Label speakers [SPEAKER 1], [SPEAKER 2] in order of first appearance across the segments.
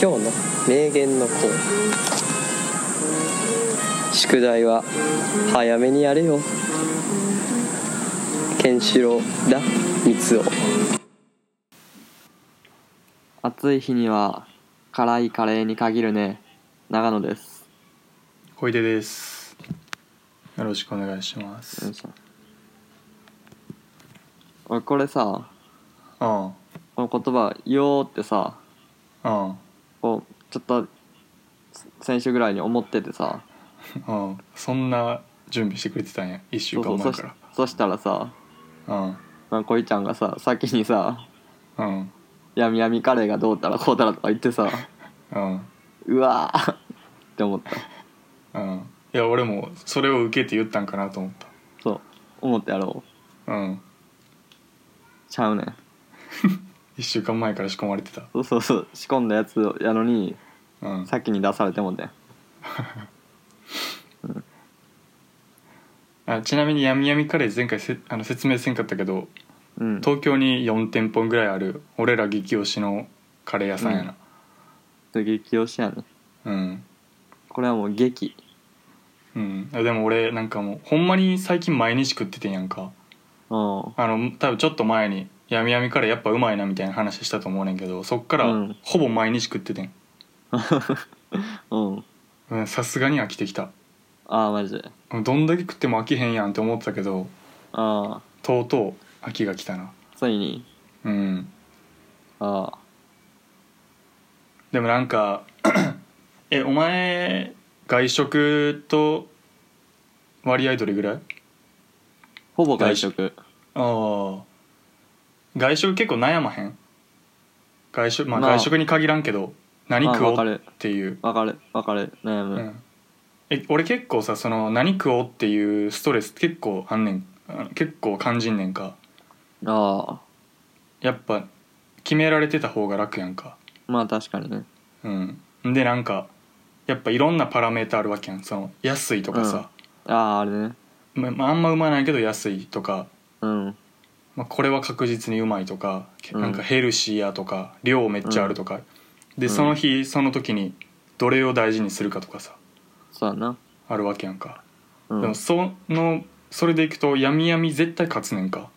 [SPEAKER 1] 今日の名言のコーナー宿題は早めにやれよケンシロウだ三つ
[SPEAKER 2] 暑い日には辛いカレーに限るね長野です
[SPEAKER 3] 小出ですよろしくお願いしま
[SPEAKER 2] よ
[SPEAKER 3] す
[SPEAKER 2] いしょ俺これさ
[SPEAKER 3] うんうん
[SPEAKER 2] この言葉「よ」ってさ
[SPEAKER 3] うん
[SPEAKER 2] こうちょっと先週ぐらいに思っててさ
[SPEAKER 3] そんな準備してくれてたんや1週間
[SPEAKER 2] そ
[SPEAKER 3] 前
[SPEAKER 2] うそう
[SPEAKER 3] から
[SPEAKER 2] そそしたらさ
[SPEAKER 3] うん
[SPEAKER 2] まあこいちゃんがさ先にさ
[SPEAKER 3] うん
[SPEAKER 2] 「やみやみカレーがどうたらこうたら」とか言ってさ
[SPEAKER 3] うん
[SPEAKER 2] うわーって思った
[SPEAKER 3] うんいや俺もそれを受けて言ったんかなと思っ
[SPEAKER 2] そう思ってやろう
[SPEAKER 3] たうん
[SPEAKER 2] ちゃうねん
[SPEAKER 3] 1週間前から仕込まれてた
[SPEAKER 2] そうそうそう仕込んだやつやのに
[SPEAKER 3] うん
[SPEAKER 2] 先に出されてもてん
[SPEAKER 3] あちなみにやみやみカレー前回せあの説明せんかったけど
[SPEAKER 2] うん
[SPEAKER 3] 東京に4店舗ぐらいある俺ら激推しのカレー屋さんやな
[SPEAKER 2] 激推しやね
[SPEAKER 3] うん
[SPEAKER 2] これはもう激
[SPEAKER 3] うん、でも俺なんかもうほんまに最近毎日食っててんやんか
[SPEAKER 2] うん
[SPEAKER 3] あの多分ちょっと前に「やみやみカレーやっぱうまいな」みたいな話したと思うねんけどそっか
[SPEAKER 2] う
[SPEAKER 3] ら
[SPEAKER 2] ん
[SPEAKER 3] ほぼ毎日食っててん
[SPEAKER 2] うん
[SPEAKER 3] うんさすがに飽きてきた
[SPEAKER 2] ああマジで
[SPEAKER 3] うんどんだけ食っても飽きへんやんって思ってたけど
[SPEAKER 2] ああ
[SPEAKER 3] とうとう飽きが来たな
[SPEAKER 2] ついに
[SPEAKER 3] うん
[SPEAKER 2] ああ
[SPEAKER 3] でもなんか えお前外食と割合どれぐらい
[SPEAKER 2] ほぼ外食
[SPEAKER 3] ああ外食結構悩まへん外食まあ
[SPEAKER 2] まあ
[SPEAKER 3] 外食に限らんけど何
[SPEAKER 2] まあ
[SPEAKER 3] 食お
[SPEAKER 2] わか
[SPEAKER 3] う
[SPEAKER 2] る
[SPEAKER 3] っていう、
[SPEAKER 2] わかるわかる悩む、
[SPEAKER 3] うんえ俺結構さその何食おうっていうストレス結構あんねんあ結構感じんねんか
[SPEAKER 2] ああ
[SPEAKER 3] やっぱ決められてた方が楽やんか
[SPEAKER 2] まあ確かにね
[SPEAKER 3] うんでなんかやっぱいろんなパラメーターあるわけやんその安いとかさ、
[SPEAKER 2] あああれね
[SPEAKER 3] ままああんまうまないけど安いとか、
[SPEAKER 2] うん
[SPEAKER 3] まあ、これは確実にうまいとか、け
[SPEAKER 2] うん
[SPEAKER 3] なんかヘルシーやとか量めっちゃあるとか、
[SPEAKER 2] う
[SPEAKER 3] で
[SPEAKER 2] ん
[SPEAKER 3] その日その時にどれを大事にするかとかさ
[SPEAKER 2] そうやな
[SPEAKER 3] あるわけやんか、
[SPEAKER 2] うん
[SPEAKER 3] でもそのそれでいくとやみやみ絶対勝つねんか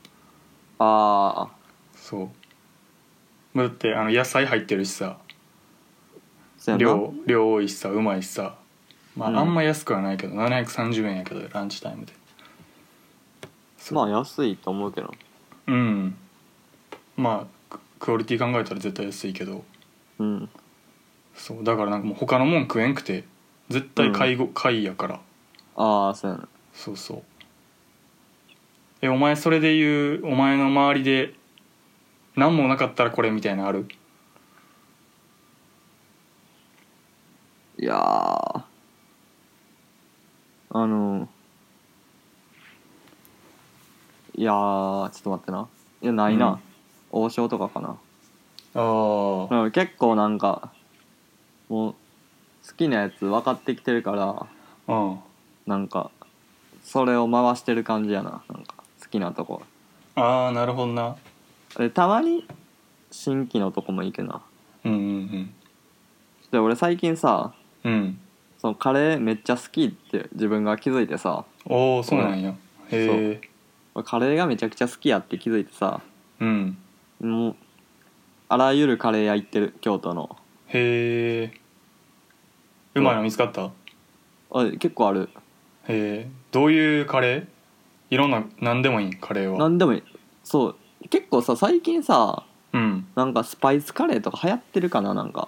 [SPEAKER 2] ああ
[SPEAKER 3] そうまあだってあの野菜入ってるしさ
[SPEAKER 2] そうやな
[SPEAKER 3] 量量多いしさうまいしさまあ、
[SPEAKER 2] うん
[SPEAKER 3] あんま安くはないけど730円やけどランチタイムでそう
[SPEAKER 2] まあ安いと思うけど
[SPEAKER 3] うんまあククオリティ考えたら絶対安いけど
[SPEAKER 2] うん
[SPEAKER 3] そうだからなんかもう他のもん食えんくて絶対介護、貝やから
[SPEAKER 2] ああそうやな
[SPEAKER 3] そうそうえお前それで言うお前の周りで何もなかったらこれみたいなのある
[SPEAKER 2] いやーあのいやーちょっと待ってないやないな、
[SPEAKER 3] うん
[SPEAKER 2] 王将とかかな
[SPEAKER 3] ああ
[SPEAKER 2] うん結構なんかもう好きなやつ分かってきてるから
[SPEAKER 3] うん
[SPEAKER 2] なんかそれを回してる感じやななんか好きなとこ
[SPEAKER 3] ああなるほどな
[SPEAKER 2] でたまに新規のとこも行くな
[SPEAKER 3] うんうん
[SPEAKER 2] で俺最近さ
[SPEAKER 3] うんうん
[SPEAKER 2] そのカレーめっちゃ好きって自分が気づいてさ
[SPEAKER 3] おおそうなんやへえ
[SPEAKER 2] 俺カレーがめちゃくちゃ好きやって気づいてさ
[SPEAKER 3] うん
[SPEAKER 2] もうあらゆるカレー屋行ってる京都の
[SPEAKER 3] へえうまいの見つかったへ
[SPEAKER 2] あ結構ある
[SPEAKER 3] えどういうカレーいろんな何でもいいカレーは
[SPEAKER 2] 何でもいいそう結構さ最近さ
[SPEAKER 3] うん
[SPEAKER 2] なんかスパイスカレーとか流行ってるかななんか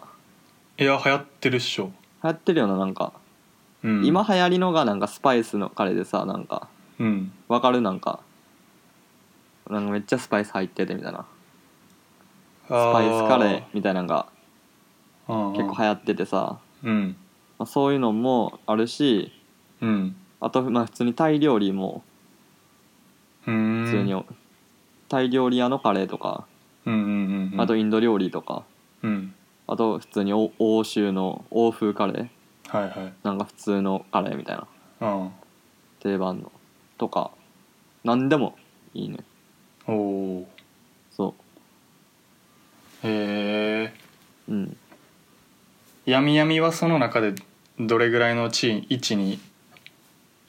[SPEAKER 3] いや流行ってるっしょ、
[SPEAKER 2] 流行ってるよななんか、
[SPEAKER 3] うん、
[SPEAKER 2] 今流行りのがなんかスパイスのカレーでさなんか
[SPEAKER 3] うん
[SPEAKER 2] わかるなんかなんかめっちゃスパイス入っててみたいな
[SPEAKER 3] ス
[SPEAKER 2] スパイスカレーみたいなのが
[SPEAKER 3] ー
[SPEAKER 2] 結構流行っててさ、
[SPEAKER 3] うん
[SPEAKER 2] まあ、そういうのもあるし
[SPEAKER 3] うん
[SPEAKER 2] あとまあ普通にタイ料理も
[SPEAKER 3] うーん
[SPEAKER 2] 普通に、タイ料理屋のカレーとか
[SPEAKER 3] うんうんうんうん
[SPEAKER 2] あとインド料理とか、
[SPEAKER 3] うん
[SPEAKER 2] あと普通に欧欧州の欧風カレー
[SPEAKER 3] はいはい
[SPEAKER 2] なんか普通のカレーみたいな
[SPEAKER 3] あ
[SPEAKER 2] 定番のとか何でもいいね
[SPEAKER 3] あおお
[SPEAKER 2] そ
[SPEAKER 3] へえ
[SPEAKER 2] ううん
[SPEAKER 3] やみやみはその中でどれぐらいの地位位置に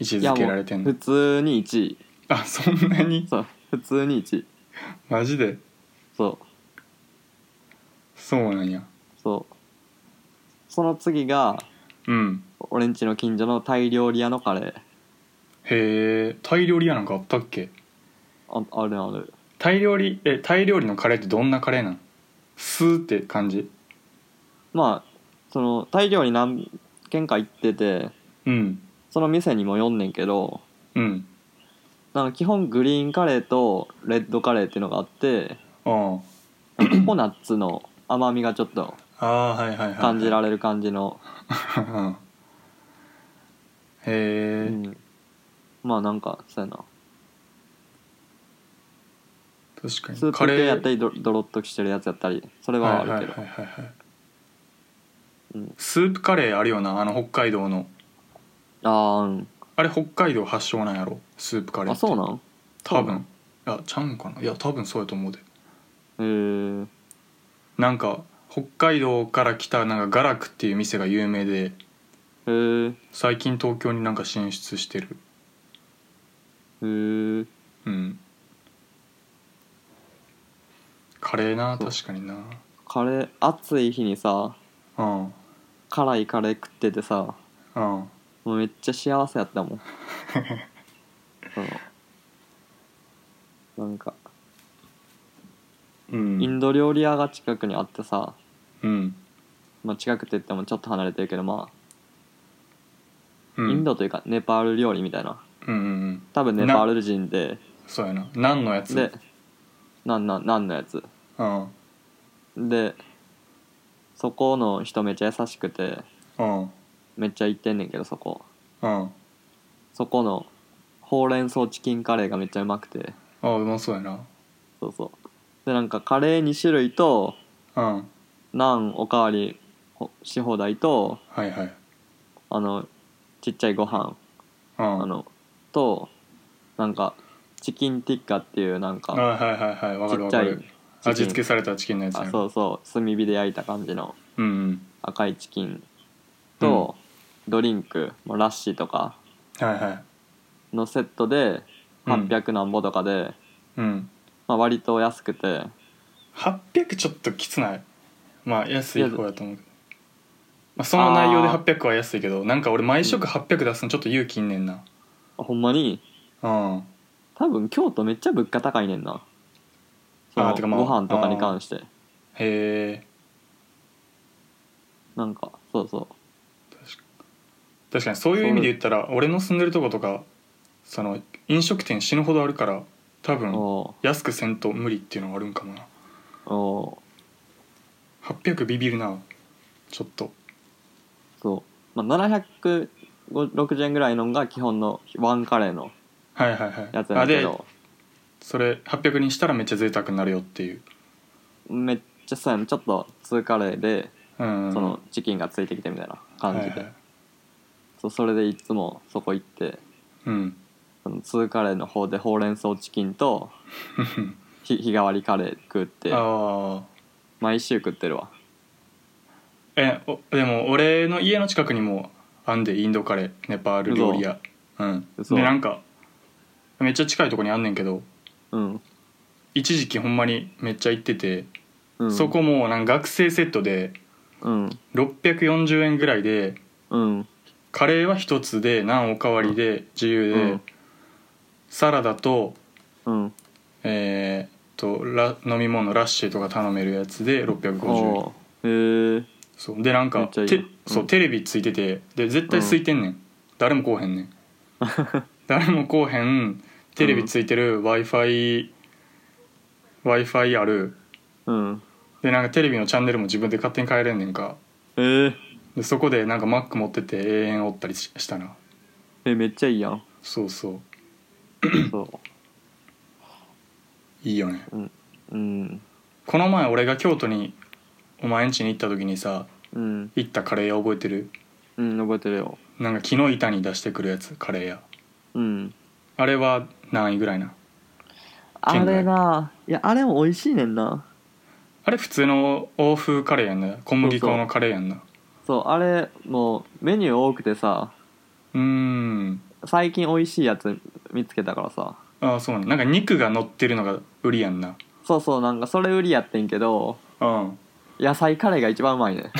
[SPEAKER 3] 位置
[SPEAKER 2] い
[SPEAKER 3] づ
[SPEAKER 2] や
[SPEAKER 3] け
[SPEAKER 2] も
[SPEAKER 3] られ
[SPEAKER 2] う
[SPEAKER 3] てん
[SPEAKER 2] 普
[SPEAKER 3] の
[SPEAKER 2] 通に1位
[SPEAKER 3] あそんなに
[SPEAKER 2] そう普通に1位
[SPEAKER 3] マジで
[SPEAKER 2] そう
[SPEAKER 3] そうなんや
[SPEAKER 2] そうその次が
[SPEAKER 3] うん
[SPEAKER 2] 俺んちの近所のタイ料理屋のカレー
[SPEAKER 3] へえタイ料理屋なんかあったっけ
[SPEAKER 2] ああるある
[SPEAKER 3] タイ料理えタイ料理のカレーってどんなカレーなんスーって感じ
[SPEAKER 2] まあそのタイ料理何軒か行ってて
[SPEAKER 3] うん
[SPEAKER 2] その店にも読んねんけど
[SPEAKER 3] うん
[SPEAKER 2] なんか基本グリーンカレーとレッドカレーっていうのがあって
[SPEAKER 3] あ
[SPEAKER 2] ココナッツの甘みがちょっと
[SPEAKER 3] あああはいはいはい
[SPEAKER 2] 感じられる感じの、
[SPEAKER 3] うん
[SPEAKER 2] う
[SPEAKER 3] へえ、
[SPEAKER 2] ん、まあなんかそうやな
[SPEAKER 3] 確かに
[SPEAKER 2] スープ系やったりドドロッとしてるやつやったりそれはあるけど、
[SPEAKER 3] はいはいはいはいはい
[SPEAKER 2] うん
[SPEAKER 3] スープカレーあるよなあの北海道の
[SPEAKER 2] あーうん
[SPEAKER 3] あれ北海道発祥なんやろスープカレー
[SPEAKER 2] あ
[SPEAKER 3] って
[SPEAKER 2] そうなん
[SPEAKER 3] 多分いやちゃうんかないや多分そうやと思うで
[SPEAKER 2] へえー、
[SPEAKER 3] なんか北海道から来たなんかガラクっていう店が有名で
[SPEAKER 2] えー、
[SPEAKER 3] 最近東京になんか進出してる
[SPEAKER 2] えー、
[SPEAKER 3] うんカレーな
[SPEAKER 2] そう
[SPEAKER 3] 確かにな
[SPEAKER 2] カレー暑い日にさ
[SPEAKER 3] うん
[SPEAKER 2] 辛いカレー食っててさ
[SPEAKER 3] うん
[SPEAKER 2] もうめっちゃ幸せやった もんうんなんか
[SPEAKER 3] う
[SPEAKER 2] イン
[SPEAKER 3] ん
[SPEAKER 2] ド料理屋が近くにあってさ、
[SPEAKER 3] うん
[SPEAKER 2] まあ、近くって言ってもちょっと離れてるけどま
[SPEAKER 3] う
[SPEAKER 2] あ
[SPEAKER 3] ん
[SPEAKER 2] インドというかネパール料理みたいな
[SPEAKER 3] うんうんうん
[SPEAKER 2] 多分ネパール人で
[SPEAKER 3] そうやな何のやつ
[SPEAKER 2] でなんなんなんのやつ
[SPEAKER 3] うん
[SPEAKER 2] でそこの人めっちゃ優しくて
[SPEAKER 3] うん
[SPEAKER 2] めっちゃ行ってんねんけどそこ
[SPEAKER 3] うん
[SPEAKER 2] そこのほうれん草チキンカレーがめっちゃうまくて
[SPEAKER 3] あうまそうやな
[SPEAKER 2] そうそうでなんかカレー2種類と
[SPEAKER 3] うん
[SPEAKER 2] ナンおかわりほし放題と
[SPEAKER 3] はいはい
[SPEAKER 2] あのちっちゃいご飯
[SPEAKER 3] うん
[SPEAKER 2] あのとなんかチキンティッカっていうなん
[SPEAKER 3] あ
[SPEAKER 2] か
[SPEAKER 3] はいはいはいわかる
[SPEAKER 2] ちっ
[SPEAKER 3] わ
[SPEAKER 2] ちゃ
[SPEAKER 3] か
[SPEAKER 2] い
[SPEAKER 3] る
[SPEAKER 2] キン
[SPEAKER 3] 味付けされたチキンのやつ
[SPEAKER 2] あ
[SPEAKER 3] や
[SPEAKER 2] そううそう炭火で焼いた感じの
[SPEAKER 3] うんうん
[SPEAKER 2] 赤いチキンと、ドリンクもうラッシーとか
[SPEAKER 3] はいはい
[SPEAKER 2] のセットで
[SPEAKER 3] うん
[SPEAKER 2] 800何ぼとかで、
[SPEAKER 3] うん
[SPEAKER 2] まあ、割と安くて
[SPEAKER 3] 800ちょっときつないまあ安い方やと思うけど、まあ、その内容で
[SPEAKER 2] あ
[SPEAKER 3] 800は安いけどなんか俺毎食800出すのちょっと勇気いんねんな
[SPEAKER 2] ほんまに
[SPEAKER 3] うん、
[SPEAKER 2] 多分京都めっちゃ物価高いねんなそ
[SPEAKER 3] あ
[SPEAKER 2] の
[SPEAKER 3] ーてかまあ
[SPEAKER 2] ご飯とかに関して
[SPEAKER 3] へえ
[SPEAKER 2] なんかそうそ
[SPEAKER 3] 確かにそういう意味で言ったら俺の住んでるとことかその飲食店死ぬほどあるから多
[SPEAKER 2] う
[SPEAKER 3] 分
[SPEAKER 2] お
[SPEAKER 3] 安くせんと無理っていうのがあるんかもな
[SPEAKER 2] ーお
[SPEAKER 3] 800ビビるなちょっと
[SPEAKER 2] ーそう、まあ、760円ぐらいのが基本のワンカレーの
[SPEAKER 3] はいはいはい
[SPEAKER 2] やつや
[SPEAKER 3] あ
[SPEAKER 2] ねんけ
[SPEAKER 3] で
[SPEAKER 2] ど
[SPEAKER 3] それ800にしたらめっちゃ贅沢になるよっていう
[SPEAKER 2] めっちゃそうやんちょっと2カレーで
[SPEAKER 3] うん
[SPEAKER 2] そのチキンがついてきてみたいな感じで、
[SPEAKER 3] はいはい
[SPEAKER 2] そうそれでいつもそこ行って
[SPEAKER 3] うん
[SPEAKER 2] その2カレーの方でほうれん草チキンと日日替わりカレー食って
[SPEAKER 3] ああ
[SPEAKER 2] 毎週食ってるわ
[SPEAKER 3] えおでも俺の家の近くにもあんでインドカレーネパール料理屋うん
[SPEAKER 2] 嘘
[SPEAKER 3] でなんかめっちゃ近いとこにあんねんけど
[SPEAKER 2] うん、
[SPEAKER 3] 一時期ほんまにめっちゃ行ってて、
[SPEAKER 2] うん、
[SPEAKER 3] そこもなんか学生セットで
[SPEAKER 2] うん
[SPEAKER 3] 640円ぐらいで
[SPEAKER 2] うん
[SPEAKER 3] カレーは一つでナンおかわりで自由で、
[SPEAKER 2] うん
[SPEAKER 3] サラダと
[SPEAKER 2] うん
[SPEAKER 3] えーっとラ飲み物ラッシーとか頼めるやつで650円
[SPEAKER 2] おーへえ
[SPEAKER 3] そうでなん
[SPEAKER 2] め
[SPEAKER 3] か
[SPEAKER 2] っちゃいい
[SPEAKER 3] て
[SPEAKER 2] うん
[SPEAKER 3] そうテレビついててで絶対空いてんねん、誰もこうへん ねん誰もこうへんテレビついてる w i f i w i f i ある
[SPEAKER 2] うん
[SPEAKER 3] でなんかテレビのチャンネルも自分で勝手に変えれんねんか
[SPEAKER 2] えー、
[SPEAKER 3] でそこでなんか Mac 持ってて永遠おったりししたな
[SPEAKER 2] えめっちゃいい やん
[SPEAKER 3] そうそ
[SPEAKER 2] そう
[SPEAKER 3] いいよね
[SPEAKER 2] ううん
[SPEAKER 3] この前俺が京都にお前ん家に行った時にさ
[SPEAKER 2] うん
[SPEAKER 3] 行ったカレー屋覚えてる
[SPEAKER 2] うん覚えてるよ
[SPEAKER 3] なんか木の板に出してくるやつカレー屋
[SPEAKER 2] うん
[SPEAKER 3] あれは何位ぐらいな
[SPEAKER 2] あ
[SPEAKER 3] 県外
[SPEAKER 2] れないやあれも美味しいねんな
[SPEAKER 3] あれ普通の欧風カレーやんな小麦粉のカレーやんな
[SPEAKER 2] そうあれもうメニュー多くてさ
[SPEAKER 3] うーん
[SPEAKER 2] 最近美味しいやつ見つけたからさ
[SPEAKER 3] ああそうねなんか肉が乗ってるのが売りやんな
[SPEAKER 2] そうそうなんかそれ売りやってんけど
[SPEAKER 3] うん
[SPEAKER 2] 野菜カレーが一番うまい ね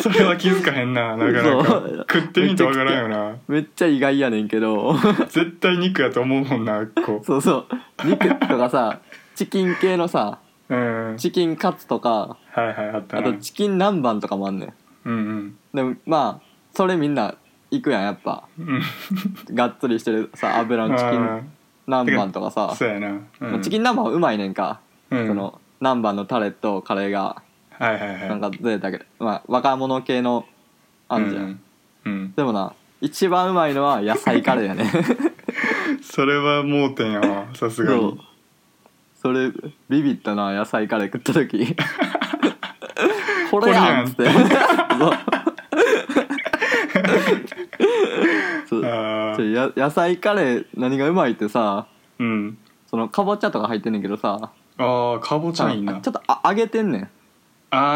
[SPEAKER 3] それは気づかへ んななかな
[SPEAKER 2] そ
[SPEAKER 3] か
[SPEAKER 2] う
[SPEAKER 3] 食ってみてわからんよ
[SPEAKER 2] めっちゃ意外やねんけど
[SPEAKER 3] な絶対肉やと思うもんなあっこ
[SPEAKER 2] そうそう肉とかさチキン系のさ
[SPEAKER 3] うんはい
[SPEAKER 2] チキンカツとか
[SPEAKER 3] はいあった
[SPEAKER 2] あ
[SPEAKER 3] な
[SPEAKER 2] とチキン南蛮とかもあんねん
[SPEAKER 3] うん
[SPEAKER 2] でもまあそれみんな行くやんやっぱ
[SPEAKER 3] うんうん
[SPEAKER 2] がっつりしてるさ油のチ キ
[SPEAKER 3] あ
[SPEAKER 2] ン南蛮とか
[SPEAKER 3] ー
[SPEAKER 2] さ、
[SPEAKER 3] そうやな、う
[SPEAKER 2] まあチキン南蛮はうまいねんか、
[SPEAKER 3] うん
[SPEAKER 2] その南蛮のタレとカレーが
[SPEAKER 3] はいはいはい
[SPEAKER 2] なんかずれたけど、まあ、若者系のあんじゃん、
[SPEAKER 3] うん、
[SPEAKER 2] でもな一番うまいのは野菜カレーやね
[SPEAKER 3] うん、それは盲点やわさすが
[SPEAKER 2] そう
[SPEAKER 3] に
[SPEAKER 2] それビビったな野菜カレー食った 時こ
[SPEAKER 3] れ
[SPEAKER 2] れ
[SPEAKER 3] や
[SPEAKER 2] や
[SPEAKER 3] ん
[SPEAKER 2] んっつってそうそう
[SPEAKER 3] あ
[SPEAKER 2] ちょ
[SPEAKER 3] ー
[SPEAKER 2] や野菜カレー何がうまいってさ
[SPEAKER 3] うん
[SPEAKER 2] そのかぼちゃとか入ってんねんけどさ
[SPEAKER 3] あーかぼちゃいいな
[SPEAKER 2] あちょっとあ揚げてんねん
[SPEAKER 3] あ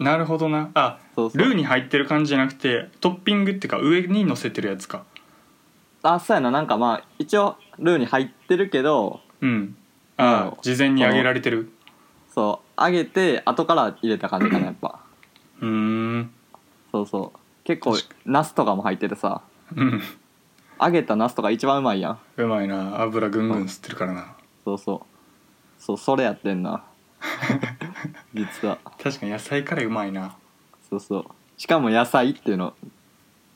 [SPEAKER 3] ーなるほどなあ
[SPEAKER 2] そうそう
[SPEAKER 3] ルーに入ってる感じじゃなくてトッピングっていうか上に乗せてるやつか
[SPEAKER 2] あそうやななんかまあ一応ルーに入ってるけど
[SPEAKER 3] うん
[SPEAKER 2] なる
[SPEAKER 3] あ
[SPEAKER 2] ほ
[SPEAKER 3] あ
[SPEAKER 2] ど
[SPEAKER 3] 事前に揚げられてる
[SPEAKER 2] そう揚げて後から入れた感じかなやっぱ
[SPEAKER 3] うーん
[SPEAKER 2] そうそう結構
[SPEAKER 3] 確
[SPEAKER 2] ナスとかも入っててさ
[SPEAKER 3] うん
[SPEAKER 2] 揚げたナスとか一番うまいやん
[SPEAKER 3] うまいな油ぐんぐん吸ってるからな
[SPEAKER 2] そうそうそうそれやってん な実は
[SPEAKER 3] 確かに野菜カレーうまいな
[SPEAKER 2] そうそうしかも野菜っていうの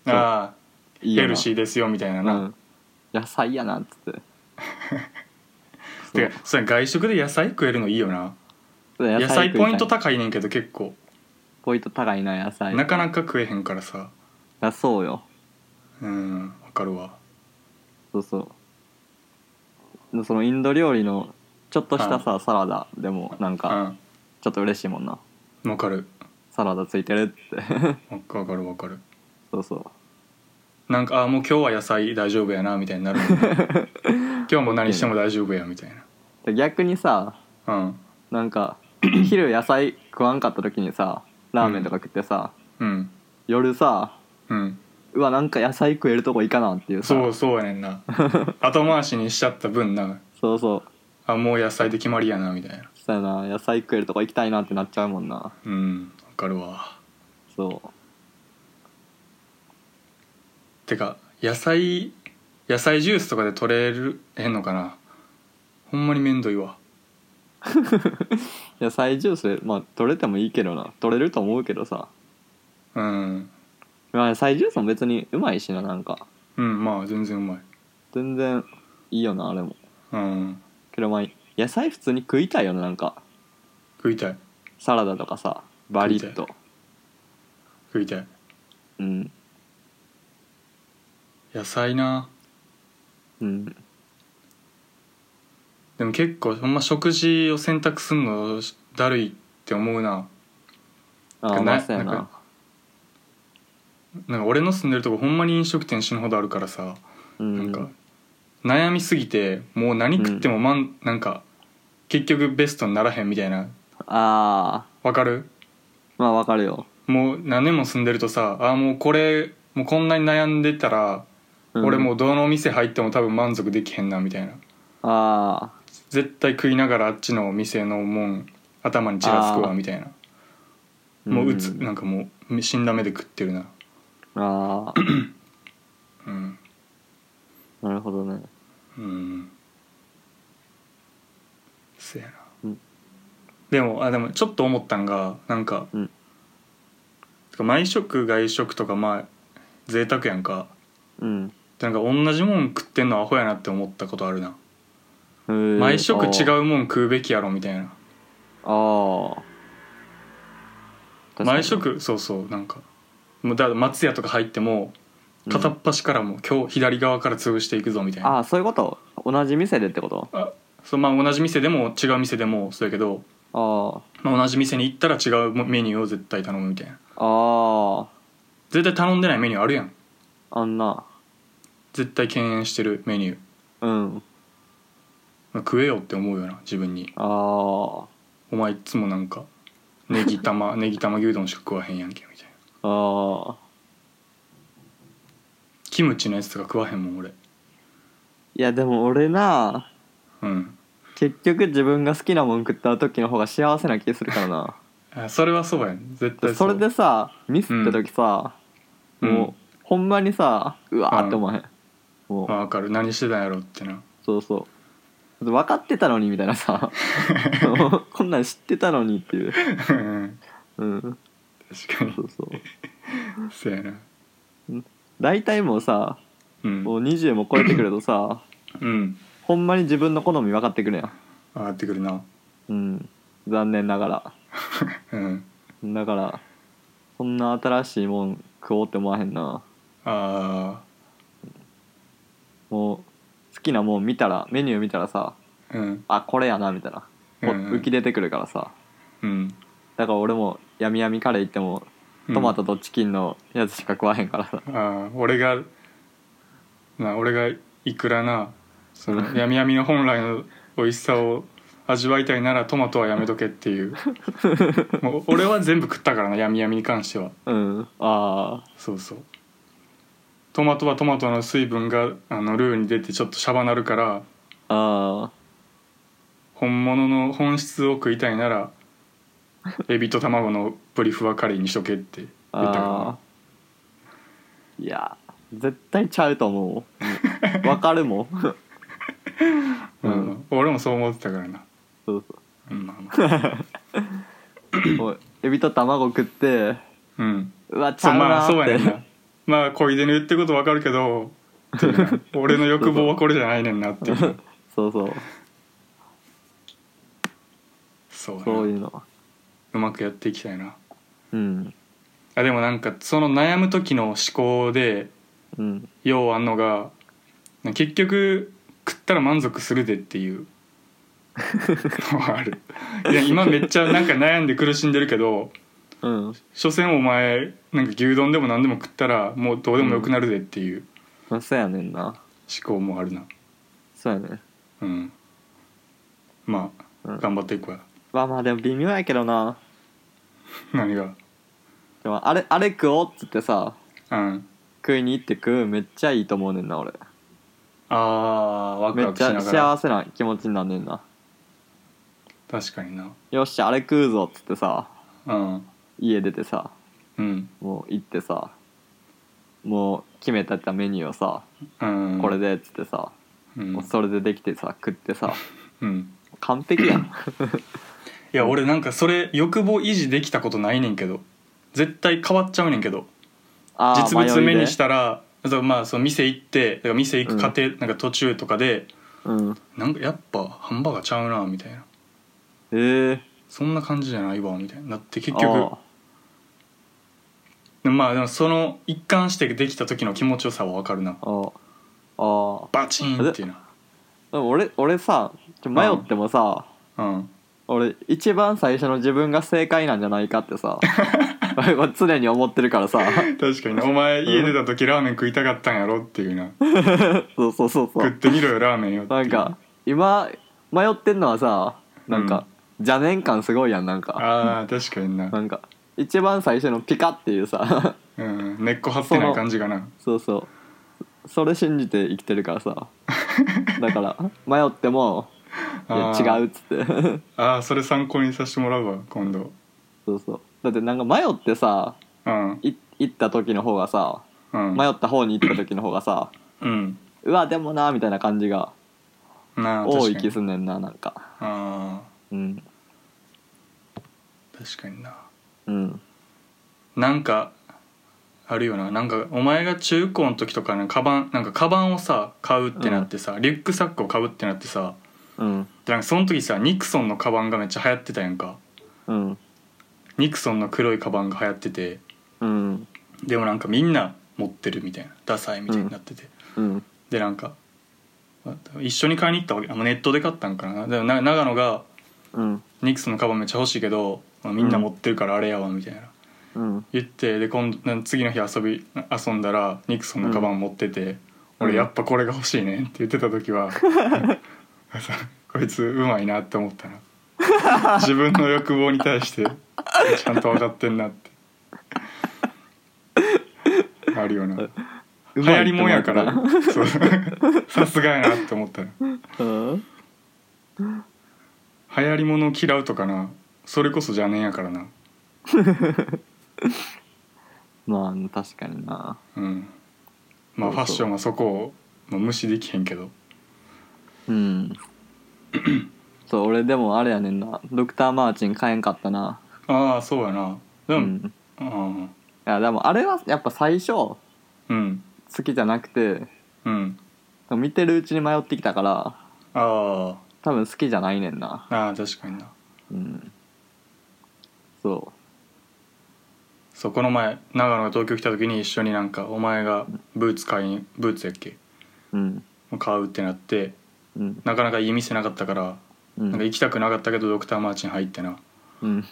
[SPEAKER 2] そう
[SPEAKER 3] ああ
[SPEAKER 2] いいよ
[SPEAKER 3] ヘ
[SPEAKER 2] な
[SPEAKER 3] ルシーですよみたいな
[SPEAKER 2] う
[SPEAKER 3] な、
[SPEAKER 2] ん野菜やなっつってそ
[SPEAKER 3] て
[SPEAKER 2] う
[SPEAKER 3] かそれ外食で野菜食えるのいいよな
[SPEAKER 2] そう
[SPEAKER 3] 野菜
[SPEAKER 2] 食いた
[SPEAKER 3] ポ
[SPEAKER 2] い
[SPEAKER 3] イント高いねんけど結構、
[SPEAKER 2] ポイント高いな野菜
[SPEAKER 3] なかなか食えへんからさ
[SPEAKER 2] あそうよ
[SPEAKER 3] うんわかるわ
[SPEAKER 2] そうそうでそのインド料理のちょっとしたさ、サラダでもなんかちょっと嬉しいもんな
[SPEAKER 3] うんわかる
[SPEAKER 2] サラダついてるって
[SPEAKER 3] わわかるわかる
[SPEAKER 2] そうそう
[SPEAKER 3] なんかあーもう今日は野菜大丈夫やなみたいになるもんね今日も何しても大丈夫やみたい
[SPEAKER 2] で逆にさ
[SPEAKER 3] なうん
[SPEAKER 2] なんか昼野菜食わんかった時にさラーメンとか食ってさ、
[SPEAKER 3] うん
[SPEAKER 2] 夜さ
[SPEAKER 3] うん
[SPEAKER 2] うわなんか野菜食えるとこいかなっていうさ
[SPEAKER 3] そうそうやねんな後回しにしちゃった分な
[SPEAKER 2] そうそう
[SPEAKER 3] あもう野菜で決まりやなみたいな
[SPEAKER 2] そうやな野菜食えるとこ行きたいなってなっちゃうもんな
[SPEAKER 3] うんわかるわ
[SPEAKER 2] そう
[SPEAKER 3] てか野菜野菜ジュースとかで取れるへんのかなほんまにめんどいわ
[SPEAKER 2] 野菜ジュースでまあ取れてもいいけどな取れると思うけどさ、
[SPEAKER 3] うん
[SPEAKER 2] まあ、野菜ジュースも別にうまいしななんか
[SPEAKER 3] うんまあ全然うまい
[SPEAKER 2] 全然いいよなあれも
[SPEAKER 3] うん
[SPEAKER 2] けどまあ野菜普通に食いたいよななんか
[SPEAKER 3] 食いたい
[SPEAKER 2] サラダとかさバリッと
[SPEAKER 3] 食いたい
[SPEAKER 2] うん
[SPEAKER 3] 野菜な
[SPEAKER 2] うん
[SPEAKER 3] でも結構ほんま食事を選択すんのだるいって思うな
[SPEAKER 2] ああ
[SPEAKER 3] な
[SPEAKER 2] まあそうや
[SPEAKER 3] なん
[SPEAKER 2] な
[SPEAKER 3] なんか俺の住んでるとこほんまに飲食店死ぬほどあるからさ、
[SPEAKER 2] うん
[SPEAKER 3] なんか悩みすぎてもう何食ってもまん、なんか結局ベストにならへんみたいな
[SPEAKER 2] ああ
[SPEAKER 3] わかる
[SPEAKER 2] まあわかるよ、
[SPEAKER 3] もう何年も住んでるとさあーもうこれもうこんなに悩んでたら、
[SPEAKER 2] うん
[SPEAKER 3] 俺もうどのお店入っても多分満足できへんなみたいな
[SPEAKER 2] ああ
[SPEAKER 3] 絶対食いながらあっちのお店のもん頭にちらつくわ
[SPEAKER 2] あー
[SPEAKER 3] みたいなもううつ、
[SPEAKER 2] ん
[SPEAKER 3] なんかもう死んだ目で食ってるな
[SPEAKER 2] ああ
[SPEAKER 3] うん
[SPEAKER 2] なるほどね
[SPEAKER 3] うんそやな、
[SPEAKER 2] うん
[SPEAKER 3] でもあでもちょっと思ったんがなんか、
[SPEAKER 2] うん
[SPEAKER 3] てか毎食外食とかまあ贅沢やんか
[SPEAKER 2] うん
[SPEAKER 3] なんか同じもん食ってんのアホやなって思ったことあるな毎
[SPEAKER 2] 毎
[SPEAKER 3] 食違
[SPEAKER 2] う
[SPEAKER 3] うもん食うべきやろみたいな
[SPEAKER 2] ああ
[SPEAKER 3] 毎食そうそうなんかもうだから松屋とか入っても片っ端からもう今日左側から潰していくぞみたいな、
[SPEAKER 2] ああそういうこと同じ店でってこと
[SPEAKER 3] そうまあ同じ店でも違う店でもそうやけど、
[SPEAKER 2] あ
[SPEAKER 3] まあ、同じ店に行ったら違うメニューを絶対頼むみたいな
[SPEAKER 2] ああ
[SPEAKER 3] 絶対頼んでないメニューあるやん
[SPEAKER 2] ああんな
[SPEAKER 3] 絶対敬遠してるメニュー、
[SPEAKER 2] うん
[SPEAKER 3] まあ、食えよって思うよな自分に
[SPEAKER 2] ああ
[SPEAKER 3] お前いつもなんかネギ 玉ネギ玉牛丼しか食わへんやんけみたいな
[SPEAKER 2] ああ
[SPEAKER 3] キムチのやつとか食わへんもん俺
[SPEAKER 2] いやでも俺な
[SPEAKER 3] うん
[SPEAKER 2] 結局自分が好きなもん食った時の方が幸せな気するから な
[SPEAKER 3] あそれはそうやん絶対
[SPEAKER 2] そうれでさミスった時さ、
[SPEAKER 3] うん
[SPEAKER 2] もう、ほんまにさうわーって思わへん、もう、
[SPEAKER 3] まあ、分かる何してたんやろって な
[SPEAKER 2] そうそう分かってたのにみたいなさもうこんなん知ってたのにっていうう
[SPEAKER 3] うん
[SPEAKER 2] ん
[SPEAKER 3] 確かに
[SPEAKER 2] そうそう
[SPEAKER 3] そうやな
[SPEAKER 2] 大体もうさ
[SPEAKER 3] うん
[SPEAKER 2] もう20も超えてくるとさ
[SPEAKER 3] うん
[SPEAKER 2] ほんまに自分の好み分かってくるやん
[SPEAKER 3] 上がってくるな
[SPEAKER 2] うん残念ながら
[SPEAKER 3] うん
[SPEAKER 2] だからそんな新しいもん食おうって思わへんな
[SPEAKER 3] あ
[SPEAKER 2] もう好きなもん見たらメニュー見たらさ
[SPEAKER 3] あうん
[SPEAKER 2] あこれやなみたいなこう
[SPEAKER 3] うん
[SPEAKER 2] 浮き出てくるからさ
[SPEAKER 3] うん
[SPEAKER 2] だから俺もやみやみカレー行ってもトマトとチキンのやつしか食わへんからさ、
[SPEAKER 3] ああ俺がな俺がいくらなそのやみやみの本来の美味しさを味わいたいならトマトはやめとけっ ていうもう俺は全部食ったからなやみやみに関しては
[SPEAKER 2] うんああ
[SPEAKER 3] そうそうトマトはトマトの水分があのルーに出てちょっとシャバなるから
[SPEAKER 2] あ
[SPEAKER 3] 本物の本質を食いたいならエビと卵のブリフワカレーにしとけって
[SPEAKER 2] あ
[SPEAKER 3] 言ったか
[SPEAKER 2] あーいや絶対ちゃうと思 うわかるもん
[SPEAKER 3] らな、うん俺もそう思ってたからな、
[SPEAKER 2] そうそ
[SPEAKER 3] うんまあまあ
[SPEAKER 2] うもうエビと卵食って
[SPEAKER 3] うん
[SPEAKER 2] うわち
[SPEAKER 3] そう
[SPEAKER 2] ゃう
[SPEAKER 3] ま
[SPEAKER 2] な
[SPEAKER 3] あそう
[SPEAKER 2] ーっ
[SPEAKER 3] やね
[SPEAKER 2] て、
[SPEAKER 3] んなまあ小出の言ってることわかるけどっていう な俺の欲望はこれじゃないねんなっていう
[SPEAKER 2] そうそう
[SPEAKER 3] そうやな
[SPEAKER 2] そういうの
[SPEAKER 3] うまくやっていきたいな
[SPEAKER 2] うん
[SPEAKER 3] あでもなんかその悩む時の思考で
[SPEAKER 2] うん
[SPEAKER 3] ようあんのが結局食ったら満足するでっていうのはあるいや今めっちゃなんか悩んで苦しんでるけど
[SPEAKER 2] うん
[SPEAKER 3] 所詮お前なんか牛丼でも何でも食ったらもうどうでもよくなるでっていう
[SPEAKER 2] まあそうやねんな
[SPEAKER 3] 思考もあるな
[SPEAKER 2] そうやねん
[SPEAKER 3] うんまあ、
[SPEAKER 2] うん
[SPEAKER 3] 頑張っていこうや
[SPEAKER 2] まあまあでも微妙やけどな
[SPEAKER 3] 何が
[SPEAKER 2] でもあれあれ食おうっつってさ
[SPEAKER 3] うん
[SPEAKER 2] 食いに行って食うめっちゃいいと思うねんな俺
[SPEAKER 3] ああワク
[SPEAKER 2] め
[SPEAKER 3] ワ
[SPEAKER 2] っ
[SPEAKER 3] ク
[SPEAKER 2] ち
[SPEAKER 3] し
[SPEAKER 2] ゃ
[SPEAKER 3] ながら
[SPEAKER 2] 幸せな気持ちになんねんな
[SPEAKER 3] 確かにな
[SPEAKER 2] よっしゃあれ食うぞっつってさ
[SPEAKER 3] うん
[SPEAKER 2] 家出てさ
[SPEAKER 3] うん
[SPEAKER 2] もう行ってさもう決めたったメニューをさ
[SPEAKER 3] うん
[SPEAKER 2] これでっつってさ、
[SPEAKER 3] うん
[SPEAKER 2] もう、それでできてさ食ってさ
[SPEAKER 3] うん、
[SPEAKER 2] 完璧やん
[SPEAKER 3] いや俺なんかそれ欲望維持できたことないねんけど絶対変わっちゃうねんけど
[SPEAKER 2] あー
[SPEAKER 3] 実物
[SPEAKER 2] 迷
[SPEAKER 3] 目
[SPEAKER 2] いで
[SPEAKER 3] にしたらあとまあその店行ってだから店行く過程、なんか途中とかで
[SPEAKER 2] うん
[SPEAKER 3] なんかやっぱハンバーガーちゃうなみたいな
[SPEAKER 2] えー、
[SPEAKER 3] そんな感じじゃないわみたいになって結
[SPEAKER 2] あ
[SPEAKER 3] 局
[SPEAKER 2] ー
[SPEAKER 3] でもまあでもその一貫してできた時の気持ちよさは分かるな
[SPEAKER 2] あーあー
[SPEAKER 3] バチーンっていうな
[SPEAKER 2] でも俺俺さちょ迷ってもさ、
[SPEAKER 3] うん
[SPEAKER 2] 俺一番最初の自分が正解なんじゃないかって さ常に思ってるからさ
[SPEAKER 3] 確かにねお前家出た時ラーメン食いたかったんやろっていうな
[SPEAKER 2] そうそうそうそ
[SPEAKER 3] 食っ
[SPEAKER 2] う
[SPEAKER 3] てみろよラーメンよっていう
[SPEAKER 2] なんか今迷ってんのはさなんか、邪念感すごいやんなんか
[SPEAKER 3] ああ確かにな
[SPEAKER 2] なんか一番最初のピカっていうさ
[SPEAKER 3] うん根っこ張ってない感じがな
[SPEAKER 2] そうそうそれ信じて生きてるからさだから迷ってもいや
[SPEAKER 3] あー
[SPEAKER 2] 違うっつって
[SPEAKER 3] ああそれ参考にさせてもらうわ今度
[SPEAKER 2] そうそうだってなんか迷ってさ
[SPEAKER 3] うん
[SPEAKER 2] い行った時の方がさ
[SPEAKER 3] うん
[SPEAKER 2] 迷った方に行った時の方がさ
[SPEAKER 3] うん
[SPEAKER 2] うわでもなみたいな感じが
[SPEAKER 3] なあ
[SPEAKER 2] 多
[SPEAKER 3] 確
[SPEAKER 2] い
[SPEAKER 3] か
[SPEAKER 2] 気
[SPEAKER 3] に
[SPEAKER 2] すんねんななんか
[SPEAKER 3] あ
[SPEAKER 2] うん
[SPEAKER 3] ー確かにな
[SPEAKER 2] うん
[SPEAKER 3] なんかあるよななんかお前が中高の時とかなんかカバンなんかカバンをさ買うってなってさ、リュックサックを買うってなってさ
[SPEAKER 2] うん
[SPEAKER 3] でなんかその時さニクソンのカバンがめっちゃ流行ってたやんか
[SPEAKER 2] うん
[SPEAKER 3] ニクソンの黒いカバンが流行ってて
[SPEAKER 2] うん
[SPEAKER 3] でもなんかみんな持ってるみたいなダサいみたいになってて、
[SPEAKER 2] うん
[SPEAKER 3] でなんかまあ一緒に買いに行ったわけあもうネットで買ったんかなでもな長野が
[SPEAKER 2] うん
[SPEAKER 3] ニクソンのカバンめっちゃ欲しいけど、まあみんな持ってるからあれやわみたいな
[SPEAKER 2] うん
[SPEAKER 3] 言ってで今度な次の日遊び遊んだらニクソンのカバン持ってて、俺やっぱこれが欲しいねって言ってた時は こいつうまいなって思ったな自分の欲望に対してちゃんと分かってんな ってあるよな流行りもんやから
[SPEAKER 2] うまいって
[SPEAKER 3] そう さすがやなって思ったら
[SPEAKER 2] 思 う
[SPEAKER 3] 流行りもの嫌うとかなそれこそ邪念やからな
[SPEAKER 2] なうんまあ確かにな
[SPEAKER 3] うんま
[SPEAKER 2] そうそう
[SPEAKER 3] あファッションはそこを、まあ、無視できへんけど
[SPEAKER 2] うんそう俺でもあれやねんなドクター・マーチン買えんかったな
[SPEAKER 3] ああそうやなで
[SPEAKER 2] う
[SPEAKER 3] も、
[SPEAKER 2] ん
[SPEAKER 3] あ
[SPEAKER 2] いやでもあれはやっぱ最初好
[SPEAKER 3] あうん
[SPEAKER 2] きじゃなくて
[SPEAKER 3] うん
[SPEAKER 2] 見てるうちに迷ってきたから
[SPEAKER 3] あ
[SPEAKER 2] 多分好きじゃないねんな
[SPEAKER 3] あああ確かにな
[SPEAKER 2] うんそ
[SPEAKER 3] そうこの前長野が東京来た時に一緒になんかお前がブーツ買いにブーツやっけ
[SPEAKER 2] ううん
[SPEAKER 3] 買うってなって
[SPEAKER 2] うん
[SPEAKER 3] なかなかいい店なかったから、
[SPEAKER 2] うん
[SPEAKER 3] なんか行きたくなかったけどドクターマーチン入ってな
[SPEAKER 2] うん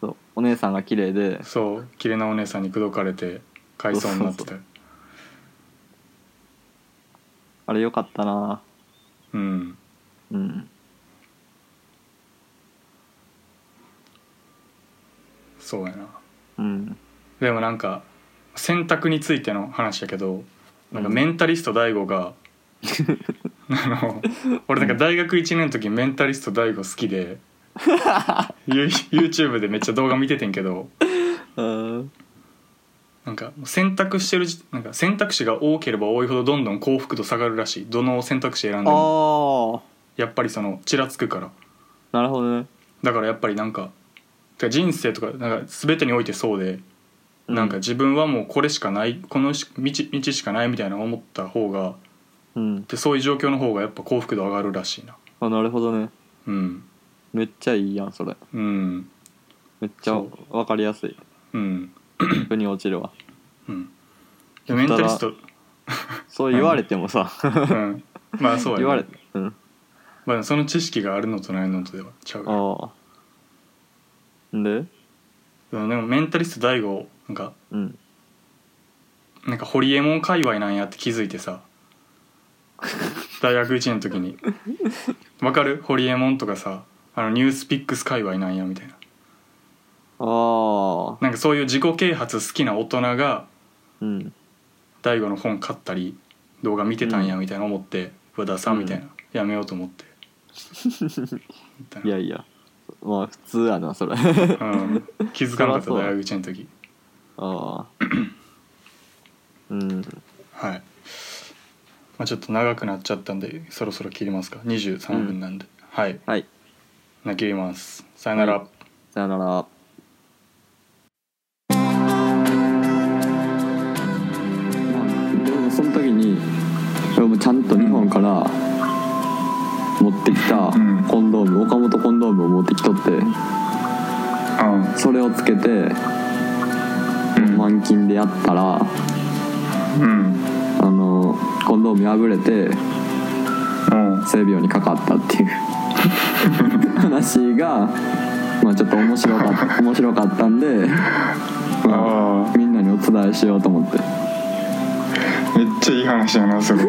[SPEAKER 2] そうお姉さんが綺麗で
[SPEAKER 3] そう綺麗なお姉さんに口説かれて買いそうになってた
[SPEAKER 2] そうあれよかったな
[SPEAKER 3] うん
[SPEAKER 2] うん
[SPEAKER 3] そうやな
[SPEAKER 2] うん
[SPEAKER 3] でもなんか選択についての話やけどなんかメンタリスト大 悟が、あの俺なんか大学1年の時メンタリスト大悟好きでユ YouTube でめっちゃ動画見ててんけど
[SPEAKER 2] うん
[SPEAKER 3] なんか選択してるじなんか選択肢が多ければ多いほどどんどん幸福度下がるらしいどの選択肢選んで
[SPEAKER 2] あ
[SPEAKER 3] も
[SPEAKER 2] ー
[SPEAKER 3] やっぱりそのちらつくから
[SPEAKER 2] なるほどね
[SPEAKER 3] だからやっぱりなんかてか人生とかなんか全てにおいてそうで、なんか自分はもうこれしかないこのし道道しかないみたいな思った方が
[SPEAKER 2] うん
[SPEAKER 3] でそういう状況の方がやっぱ幸福度上がるらしいな
[SPEAKER 2] あなるほどね
[SPEAKER 3] うん
[SPEAKER 2] めっちゃいいやんそれ
[SPEAKER 3] うん
[SPEAKER 2] めっちゃ
[SPEAKER 3] そ
[SPEAKER 2] わかりやすい
[SPEAKER 3] うん
[SPEAKER 2] 腑に落ちるわ
[SPEAKER 3] うんでメンタリスト、
[SPEAKER 2] そう言われてもさ
[SPEAKER 3] うん、まあそうや、ね、
[SPEAKER 2] 言われうん
[SPEAKER 3] まあ、その知識があるのとないのとではちゃう
[SPEAKER 2] ああんで
[SPEAKER 3] うんでもメンタリスト大悟なんか
[SPEAKER 2] うん
[SPEAKER 3] なんかホリエモン界隈なんやって気づいてさ 大学1年の時にわかるホリエモンとかさあのニュースピックス界隈なんやみたいな
[SPEAKER 2] ああ
[SPEAKER 3] なんかそういう自己啓発好きな大人が
[SPEAKER 2] うん
[SPEAKER 3] 大悟の本買ったり動画見てたんや
[SPEAKER 2] う
[SPEAKER 3] みたいな思って「うわダサ」
[SPEAKER 2] うん
[SPEAKER 3] みたいな、やめようと思ってみたい
[SPEAKER 2] いやいやまあ普通やなそれ あ
[SPEAKER 3] な、うん、気づかなかった
[SPEAKER 2] そらそう
[SPEAKER 3] 大学1年の時
[SPEAKER 2] あうん
[SPEAKER 3] はい、まあ、ちょっと長くなっちゃったんでそろそろ切りますか23分なんで、はい
[SPEAKER 2] はい
[SPEAKER 3] な切りますさよな
[SPEAKER 2] は
[SPEAKER 3] ら、
[SPEAKER 2] いさよなら
[SPEAKER 4] でもその時に俺もちゃんと日本から持ってきた
[SPEAKER 3] ん
[SPEAKER 4] コンドーム、岡本コンドームを持ってきとってそれをつけて満勤でやったらあ
[SPEAKER 3] うん
[SPEAKER 4] のコンドーム破れて
[SPEAKER 3] うん
[SPEAKER 4] 性病にかかったっていう 話が、まあ、ちょっと面白かった面白かったんで、ま
[SPEAKER 3] あ
[SPEAKER 4] あ、みんなにお伝えしようと思って
[SPEAKER 3] あめっちゃいい話やなそれ